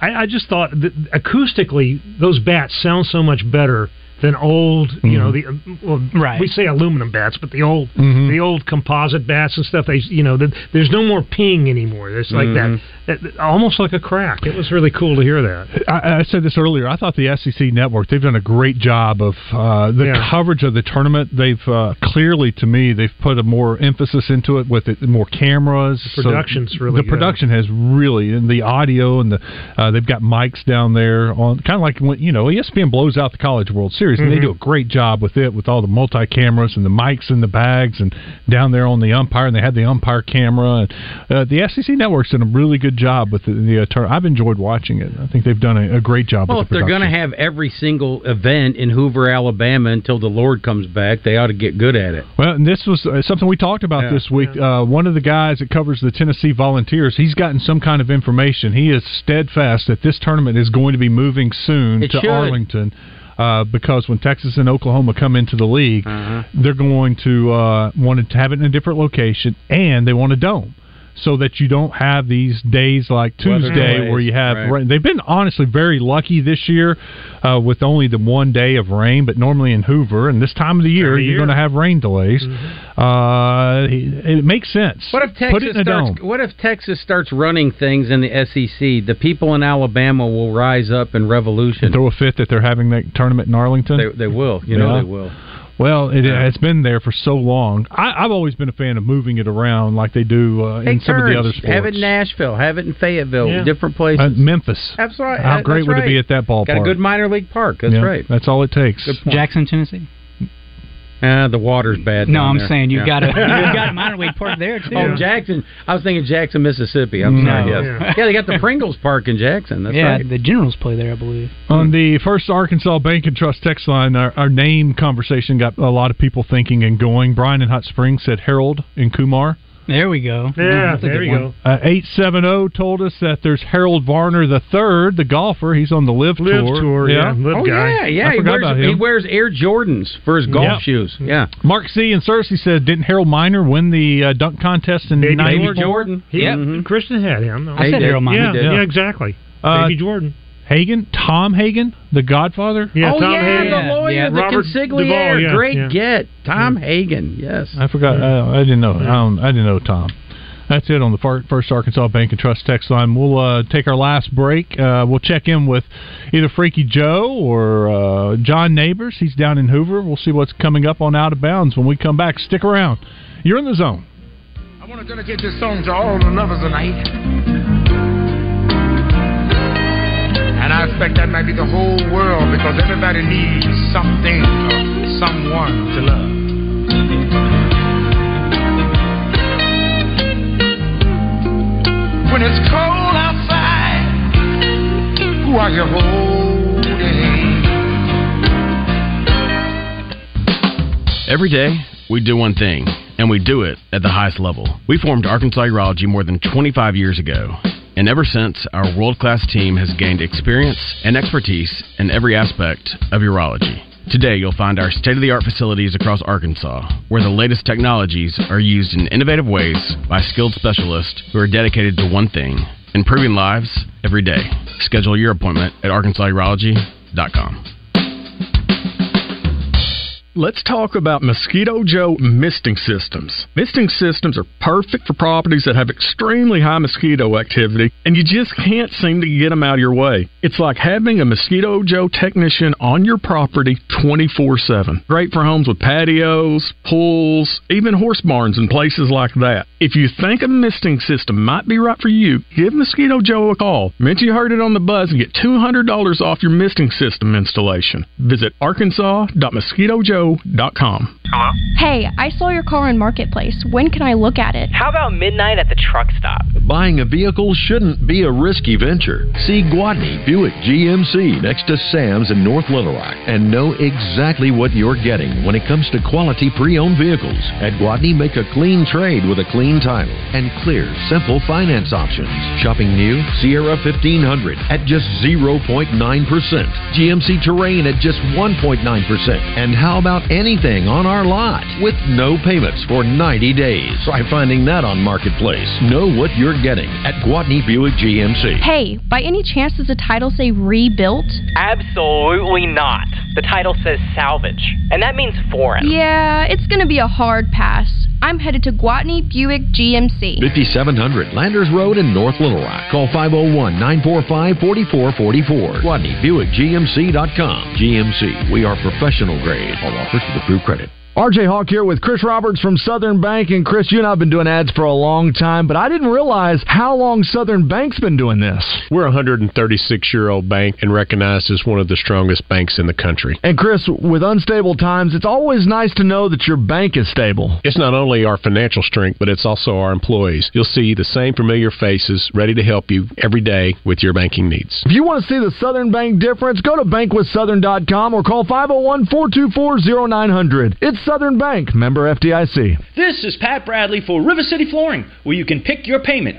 I, I just thought that acoustically those bats sound so much better than old. You know the um, well, Right. we say aluminum bats, but the old Mhm. the old composite bats and stuff. They you know the, there's no more ping anymore. It's like Mhm. that, that almost like a crack. It was really cool to hear that. I, I said this earlier. I thought the SEC network they've done a great job of uh, the coverage of the tournament. They've uh, clearly, to me, they've put a more emphasis into it with it, more cameras. The production's really the good. production has really and the audio and the uh, they've got mics down there on kind of like when you know E ESPN blows out the College World Series and Mm-hmm. they Mhm. do a great job with it with all the multi cameras and the mics and the bags and down there on the umpire and they had the umpire camera and uh, the SEC network's done a really good job with the, the uh, tour- I've enjoyed watching it. I think they've done a, a great job. Well, with if the they're production. going to have every single event in Hoover, Alabama until the Lord comes back, they ought to get good at it. Well, and this was uh, something we talked about Yeah. this week. Uh, one of the guys that covers the Tennessee Volunteers, he's gotten some kind of information. He is steadfast that this tournament is going to be moving soon It to should. Arlington. Uh, because when Texas and Oklahoma come into the league, Uh-huh. they're going to uh, want to have it in a different location, and they want a dome, so that you don't have these days like Weather Tuesday delays, where you have right. rain. They've been honestly very lucky this year uh, with only the one day of rain, but normally in Hoover and this time of the year, Every you're year. going to have rain delays. Uh, it, it makes sense. Mm-hmm. What if Put it Texas in a starts? dome. What if Texas starts running things in the SEC? The people in Alabama will rise up in revolution. Throw a fit that they're having that tournament in Arlington. They, they will. You know Yeah. they will. Well, it, Yeah. it's been there for so long. I, I've always been a fan of moving it around like they do uh, in Take some of turns. the other sports. Have it in Nashville. Have it in Fayetteville. Yeah. Different places. Uh, Memphis. That's right. How That- great that's would it be at right. that ballpark? Got a good minor league park. That's Yeah, right. That's all it takes. Jackson, Tennessee. Uh, the water's bad. No, down I'm there. saying you've Yeah. got a you've got a minor league park there too. Oh, Jackson. I was thinking Jackson, Mississippi. I'm No. sorry. Yes. Yeah. Yeah. they got the Pringles Park in Jackson. That's yeah, right. the Generals play there, I believe. On the first Arkansas Bank and Trust text line, our, our name conversation got a lot of people thinking and going. Brian in Hot Springs said Harold and Kumar. There we go. Yeah, That's a there good you one. go. Uh, 870 told us that there's Harold Varner the third, the golfer. He's on the Live, Live Tour, yeah, Live Oh yeah, yeah. I He forgot wears, about him. he wears Air Jordans for his golf Yeah. shoes. Yeah. Mark C. and Cersei said, didn't Harold Miner win the uh, dunk contest in Baby 94? Jordan. He, Christian had him. I He said did. Harold Miner Yeah, did. yeah, exactly. Uh, Baby Jordan. Hagen, Tom Hagen, the Godfather. Yeah, oh Tom yeah, Hagen. the lawyer, Yeah. the Robert consigliere. Duvall, yeah, Great yeah. get, Tom Hagen. Yes. I forgot. I, I didn't know. I, don't, I didn't know Tom. That's it on the fir- first Arkansas Bank and Trust text line. We'll uh, take our last break. Uh, we'll check in with either Freaky Joe or uh, John Neighbors. He's down in Hoover. We'll see what's coming up on Out of Bounds when we come back. Stick around. You're in the zone. I want to dedicate this song to all the lovers tonight. And I expect that might be the whole world because everybody needs something or someone to love. When it's cold outside, who are you holding? Every day, we do one thing, and we do it at the highest level. We formed Arkansas Urology more than 25 years ago, and ever since, our world class team has gained experience and expertise in every aspect of urology. Today, you'll find our state of the art facilities across Arkansas, where the latest technologies are used in innovative ways by skilled specialists who are dedicated to one thing improving lives every day. Schedule your appointment at arkansasurology.com. Let's talk about Mosquito Joe misting systems. Misting systems are perfect for properties that have extremely high mosquito activity, and you just can't seem to get them out of your way. It's like having a Mosquito Joe technician on your property 24 7. Great for homes with patios, pools, even horse barns and places like that. If you think a misting system might be right for you, give Mosquito Joe a call. Mention you heard it on the buzz and get $200 off your misting system installation. Visit arkansas.mosquitojoe.com. Hello? Hey, I saw your car on Marketplace. When can I look at it? How about midnight at the truck stop? Buying a vehicle shouldn't be a risky venture. See Guadney Buick GMC next to Sam's in North Little Rock and know exactly what you're getting when it comes to quality pre-owned vehicles. At Guadney, make a clean trade with a clean title and clear, simple finance options. Shopping new Sierra 1500 at just 0.9%, GMC Terrain at just 1.9%, and how about anything on our lot with no payments for 90 days? Try finding that on Marketplace. Know what you're getting at Guadney Buick GMC. Hey, by any chance does the title say rebuilt? Absolutely not. The title says salvage, and that means foreign. Yeah, it's gonna be a hard pass. I'm headed to Guatney Buick GMC. 5700 Landers Road in North Little Rock. Call 501 945 4444. Guadney Buick GMC.com. GMC, we are professional grade. All offers with approved credit. RJ Hawk here with Chris Roberts from Southern Bank. And Chris, you and I have been doing ads for a long time, but I didn't realize how long Southern Bank's been doing this. We're a 136 year old bank and recognized as one of the strongest banks in the country. And Chris, with unstable times, it's always nice to know that your bank is stable. It's not only our financial strength, but it's also our employees. You'll see the same familiar faces ready to help you every day with your banking needs. If you want to see the Southern Bank difference, go to bankwithsouthern.com or call 501 424 0900. It's Southern Bank, member FDIC. This is Pat Bradley for River City Flooring, where you can pick your payment.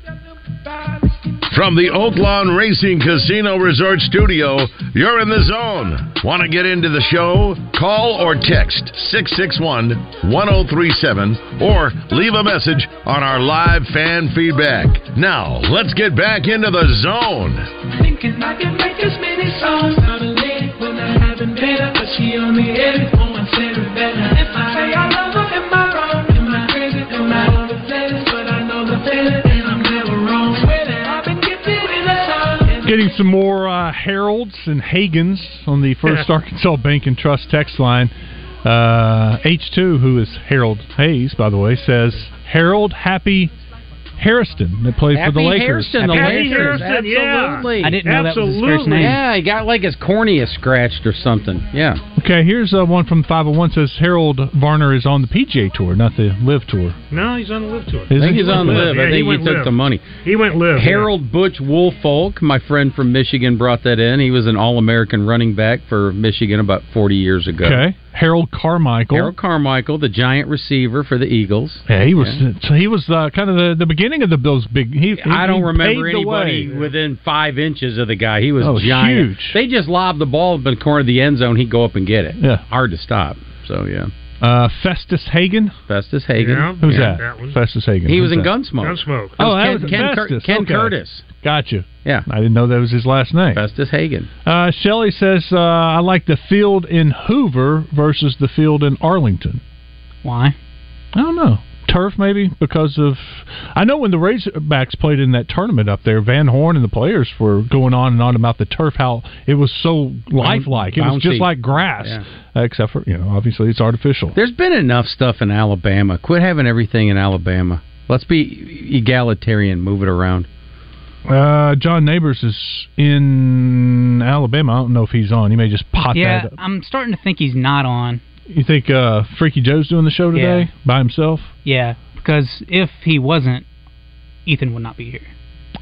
From the Oaklawn Racing Casino Resort Studio, you're in the zone. Want to get into the show? Call or text 661 1037 or leave a message on our live fan feedback. Now, let's get back into the zone. Thinking I can make this many songs. Not a lady when I haven't paid her, but she on the edit. Oh, I'm staring better. If I say I love her, am I wrong? Am I crazy? Am I on the playlist? But I know the feeling, and I'm never wrong. Swear that I've been gifted with a song. Getting some more uh, Heralds and Hagens on the First Arkansas Bank and Trust text line. Uh, H2, who is Harold Hayes, by the way, says Harold Happy Harrison that plays for the Happy Lakers. Harrison, the Happy Lakers. Harrison, yeah. absolutely. I didn't know that was his first name. Yeah, he got like his cornea scratched or something. Yeah. Okay, here's uh, one from 501 says Harold Varner is on the PGA Tour, not the Live Tour. No, he's on the live tour. I think he's on live. I Yeah, think he, went took live. the money. He went live. yeah. Harold Butch Woolfolk, my friend from Michigan, brought that in. He was an All-American running back for Michigan about 40 years ago. Okay, Harold Carmichael. Harold Carmichael, the giant receiver for the Eagles. Yeah, he was Yeah. so he was uh, kind of the, the beginning of the, those big. He, I he don't remember paved the anybody way. within five inches of the guy. He was Oh, giant. They just lobbed the ball up in the corner of the end zone. He'd go up and get it. Yeah. hard to stop. So yeah, Uh, Festus Hagen. Festus Hagen. Who's Yeah. that? Festus Hagen. He Who's was in that? Gunsmoke. Gunsmoke. That Oh, was that Ken- was Ken Cur- Festus. Ken okay. Curtis. Gotcha. Yeah, I didn't know that was his last name. Festus Hagen. Uh, Shelley says, uh, "I like the field in Hoover versus the field in Arlington." Why? I don't know. Turf, maybe because of. I know when the Razorbacks played in that tournament up there, Van Horn and the players were going on and on about the turf. How it was so lifelike. It was bouncy. just like grass, Yeah. uh, except for you know, obviously it's artificial. There's been enough stuff in Alabama. Quit having everything in Alabama. Let's be egalitarian. Move it around. Uh, John Neighbors is in Alabama. I don't know if he's on. He may just pop yeah, that up. I'm starting to think he's not on. You think uh, Freaky Joe's doing the show today by himself? Yeah, Because if he wasn't, Ethan would not be here.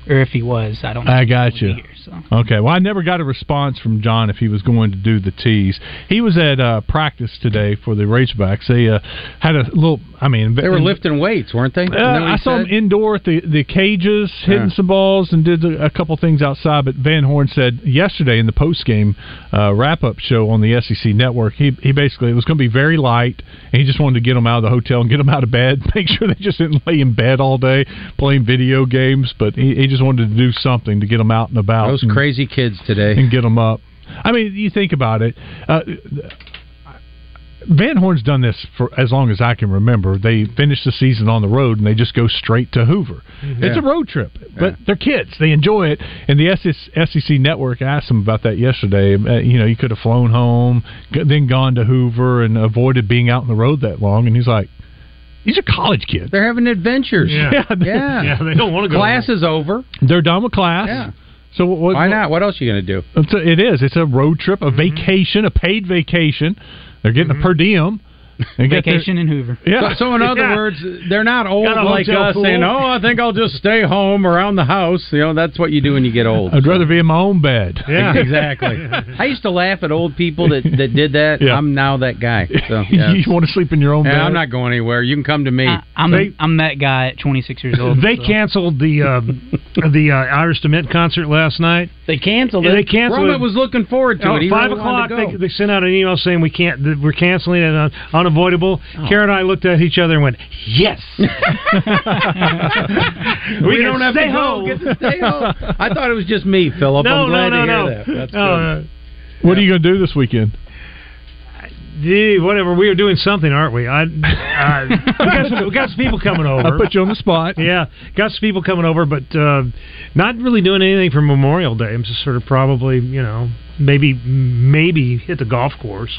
Or if he was, I don't. I think got he you. would be here, so. Okay. Well, I never got a response from John if he was going to do the tees. He was at uh, practice today for the Razorbacks. They uh, had a little. I mean, They were lifting weights, weren't they? Isn't Uh, that what I he saw said? him indoor at the, the cages, hitting Yeah. some balls, and did a couple things outside. But Van Horn said yesterday in the post game uh, wrap up show on the SEC Network, he he basically it was going to be very light, and he just wanted to get them out of the hotel and get them out of bed, make sure they just didn't lay in bed all day playing video games. But he, he just wanted to do something to get them out and about. Those and- crazy kids today. and get them up. I mean, you think about it. Uh, Van Horn's done this for as long as I can remember. They finish the season on the road and they just go straight to Hoover. Mhm. It's a Yeah. road trip, but they're kids. They enjoy it. And the SEC E network asked them about that yesterday. Uh, you know, you could have flown home, g- then gone to Hoover and avoided being out on the road that long. And he's like, these are college kids. They're having adventures. Yeah. yeah. Yeah. Yeah, they don't wanna go Class is over. They're done with class. Yeah. So what, why not? What else are you going to do? It's a, it is. It's a road trip, a vacation, a paid vacation. They're getting a per diem. They get their- Vacation in Hoover. Yeah. So, so in other Yeah. words, they're not old Got a like hotel us pool. saying, "Oh, I think I'll just stay home around the house." You know, that's what you do when you get old. I'd rather be in my own bed. exactly. I used to laugh at old people that, that did that. I'm now that guy. So yeah. you want to sleep in your own Yeah, bed? I'm not going anywhere. You can come to me. I'm I'm that guy at 26 years old. They so. canceled the uh, the uh, Irish Dement concert last night. They canceled Yeah, it. They canceled Roman it. was looking forward to Oh, it. He five really o'clock. wanted to They, go. they sent out an email saying we can't. That we're canceling it. Un- unavoidable. Oh. Kara and I looked at each other and went, "Yes, we, can don't have stay to home. go. Get to stay home. I thought it was just me, Philip. No, I'm glad no, no, to hear no. that. That's No, good. no. What are you going to do this weekend? Gee, whatever. We are doing something, aren't we? I, I we, got some, we got some people coming over. I put you on the spot. Yeah, got some people coming over, but uh, not really doing anything for Memorial Day. I'm just sort of probably, you know, maybe maybe hit the golf course,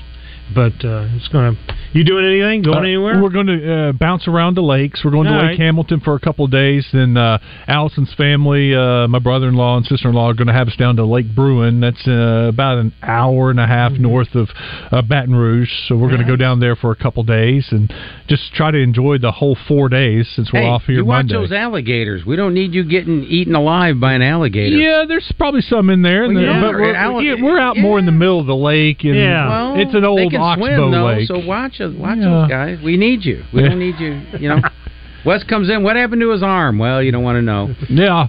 but uh, it's gonna. You doing anything? Going Uh, anywhere? We're going to uh, bounce around the lakes. We're going to All Lake right. Hamilton for a couple of days. Then uh, Allison's family, uh, my brother-in-law and sister-in-law, are going to have us down to Lake Bruin. That's uh, about an hour and a half north of uh, Baton Rouge. So we're going to go down there for a couple of days and just try to enjoy the whole four days since we're Hey, off here you watch Monday. those alligators. We don't need you getting eaten alive by an alligator. Yeah, there's probably some in there, and Well, there- yeah, but we're, alli- yeah, we're out more in the middle of the lake, and Well, it's an they old can oxbow swim, though, lake. So watch us, watch those guys. We need you. We Yeah. don't need you. You know, Wes comes in. What happened to his arm? Well, you don't want to know. Yeah.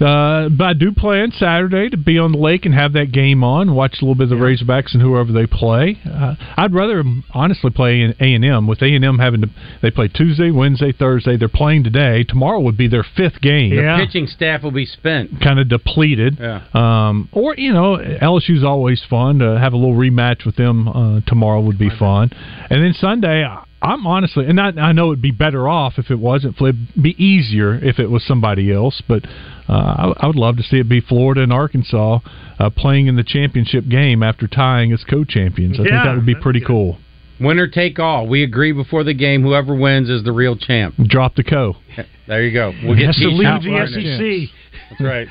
Uh, but I do plan Saturday to be on the lake and have that game on, watch a little bit of the Razorbacks and whoever they play. Uh, I'd rather honestly play in A and M with A and M having to they play Tuesday, Wednesday, Thursday. They're playing today. Tomorrow would be their fifth game. The pitching staff will be spent. Kind of depleted. Yeah. Um, or you know, LSU's always fun to have a little rematch with them. Uh, tomorrow would be fun, and then Sunday. I- I'm honestly, and I, I know it'd be better off if it wasn't Flip. Be easier if it was somebody else, but uh, I, I would love to see it be Florida and Arkansas uh, playing in the championship game after tying as co-champions. I think Yeah, that would be pretty cool. Winner take all. We agree before the game. Whoever wins is the real champ. Drop the co. There you go. We'll get Has to Keith leave out the E right SEC. E now. That's right.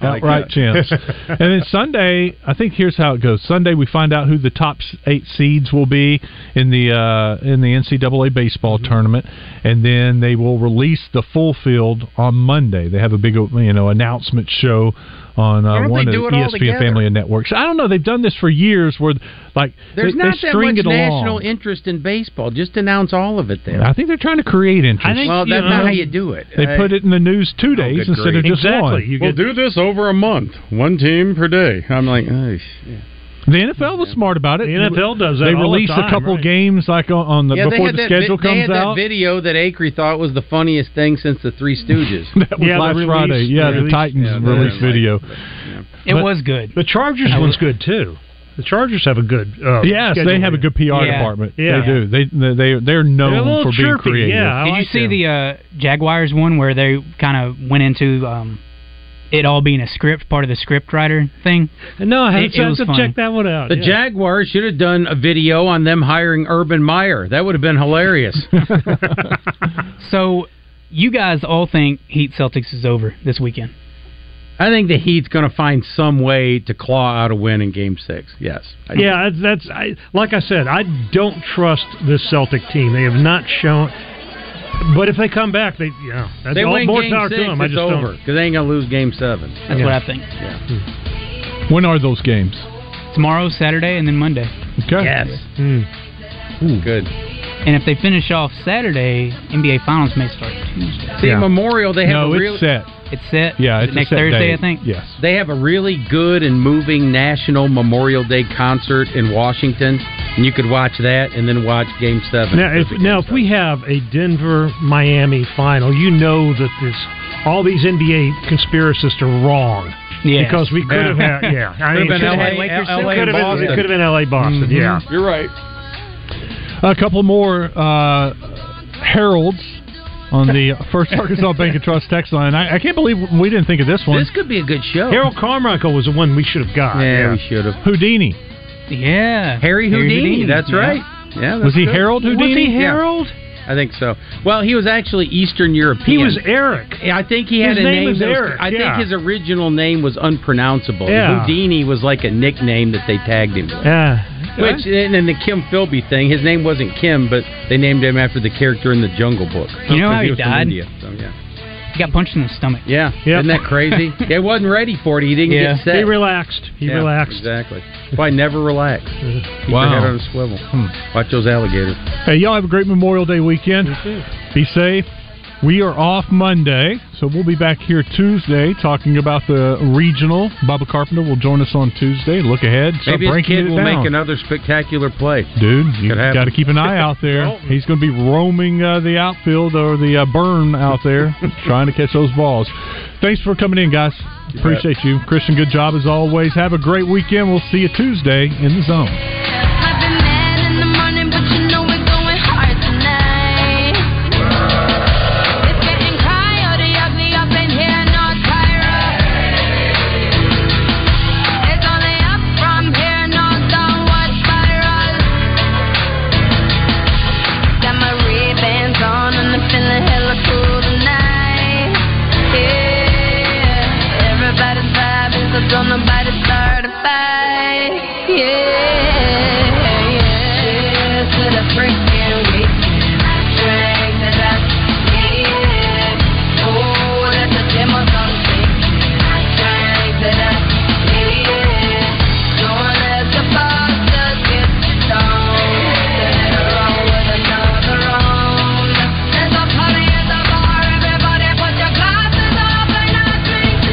I like outright that. chance. and then Sunday, I think here's how it goes. Sunday, we find out who the top s- eight seeds will be in the uh, in the NCAA baseball Mm-hmm. tournament, and then they will release the full field on Monday. They have a big you know announcement show on Why uh, don't one they of do the it all ESPN together? family of networks. I don't know. They've done this for years, where like There's they, not they that string much it along. national interest in baseball. Just announce all of it there. I think they're trying to create interest. well, that's not how you do it. They I- put it in the news two days Oh, good instead grief. of just Exactly. one. You We'll get- do this over a month, one team per day. I'm like, the NFL was smart about it. The NFL does that They all the release time, a couple right. games like on, on the Yeah, they before had the that vi- schedule they comes had out. that video that Acree thought was the funniest thing since the Three Stooges. That was last Friday. Yeah, the Titans Yeah, they released didn't like video. It was good. The Chargers I one's would- good too. The Chargers have a good. Uh, yes, schedule they have a here. good PR Yeah. department. Yeah. They do. They they they're They're a known little for being chirpy, creative. yeah. I Did you like see the uh, Jaguars one where they kind of went into um, it all being a script, part of the script writer thing? No, I haven't it, it was checked- fun. checked that one out. The Jaguars should have done a video on them hiring Urban Meyer. That would have been hilarious. So you guys all think Heat Celtics is over this weekend? I think the Heat's going to find some way to claw out a win in Game Six. Yes. I- Yeah, that's that's- I, like I said. I don't trust this Celtic team. They have not shown. But if they come back, they yeah, that's they all, win more game power six, to them. I it's just over don't. because they ain't gonna lose game seven. That's what I think. When are those games? Tomorrow, Saturday, and then Monday. Okay. Yes. Hmm. Good. And if they finish off Saturday, NBA Finals may start Tuesday. See, Memorial they have No, a it's real set. It's set. Is it next Thursday, I think. Yes. They have a really good and moving National Memorial Day concert in Washington, and you could watch that and then watch Game Seven. Now, if now if we have a Denver Miami final, you know that this all these NBA conspiracists are wrong. Yes. Because we could have had yeah, I mean, Could've been it LA could've Lakers, been- LA it could've been- Boston. It could have been LA Boston. Mhm. Yeah, you're right. A couple more uh, heralds on the First Arkansas Bank and Trust text line. I, I can't believe we didn't think of this one. This could be a good show. Harold Carmichael was the one we should have got. Yeah, we should have. Houdini. Yeah. Harry Houdini. That's right. Yeah. that's was he good. Harold Houdini? Yeah. I think so. Well, he was actually Eastern European. He was Eric. I think he His had a name name. is that was- Eric, I yeah. think his original name was unpronounceable. Yeah. Houdini was like a nickname that they tagged him with. Yeah. Which and then the Kim Philby thing, his name wasn't Kim, but they named him after the character in the Jungle Book. You know how Because he was from died? India, so, yeah. He got punched in the stomach. Yeah. Isn't that crazy? He wasn't ready for it. He didn't Yeah. get set. He relaxed. He relaxed. Exactly. Why never relax? Keep Wow. your head on a swivel. Hmm. Watch those alligators. Hey, y'all have a great Memorial Day weekend. Be safe. We are off Monday, so we'll be back here Tuesday talking about the regional. Bubba Carpenter will join us on Tuesday. Look ahead. Start Maybe his breaking kid it will down. make another spectacular play. Dude, you Got to keep an eye out there. He's going to be roaming uh, the outfield or the uh, burn out there, trying to catch those balls. Thanks for coming in, guys. Appreciate you, Christian. Good job as always. Have a great weekend. We'll see you Tuesday in the zone. in the morning, but you know we're going hard tonight. It's getting coyote ugly up in here in North Cairo. It's only up from here, no downward spiral. Got my Ray-Bans on and I'm feeling hella cool tonight. Yeah, everybody's vibing, so don't nobody start a fight. Yeah, yeah, to the freaking weekend. Drag to the yeah. Oh, let the demos on the stage. Drag to the yeah. Don't let the bar just get down. Turn it around with another round. There's a party at the bar. Everybody put your glasses up and I drink to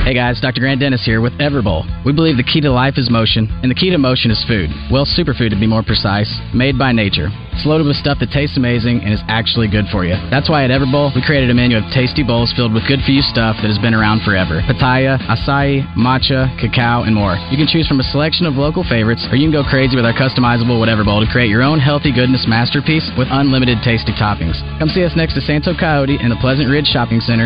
Hey guys, Dr. Grant Dennis here with Everbowl. We believe the key to life is motion, and the key to motion is food. Well, superfood to be more precise, made by nature. It's loaded with stuff that tastes amazing and is actually good for you. That's why at Everbowl, we created a menu of tasty bowls filled with good for you stuff that has been around forever. Pitaya, acai, matcha, cacao, and more. You can choose from a selection of local favorites, or you can go crazy with our customizable whatever bowl to create your own healthy goodness masterpiece with unlimited tasty toppings. Come see us next to Santo Coyote in the Pleasant Ridge Shopping Center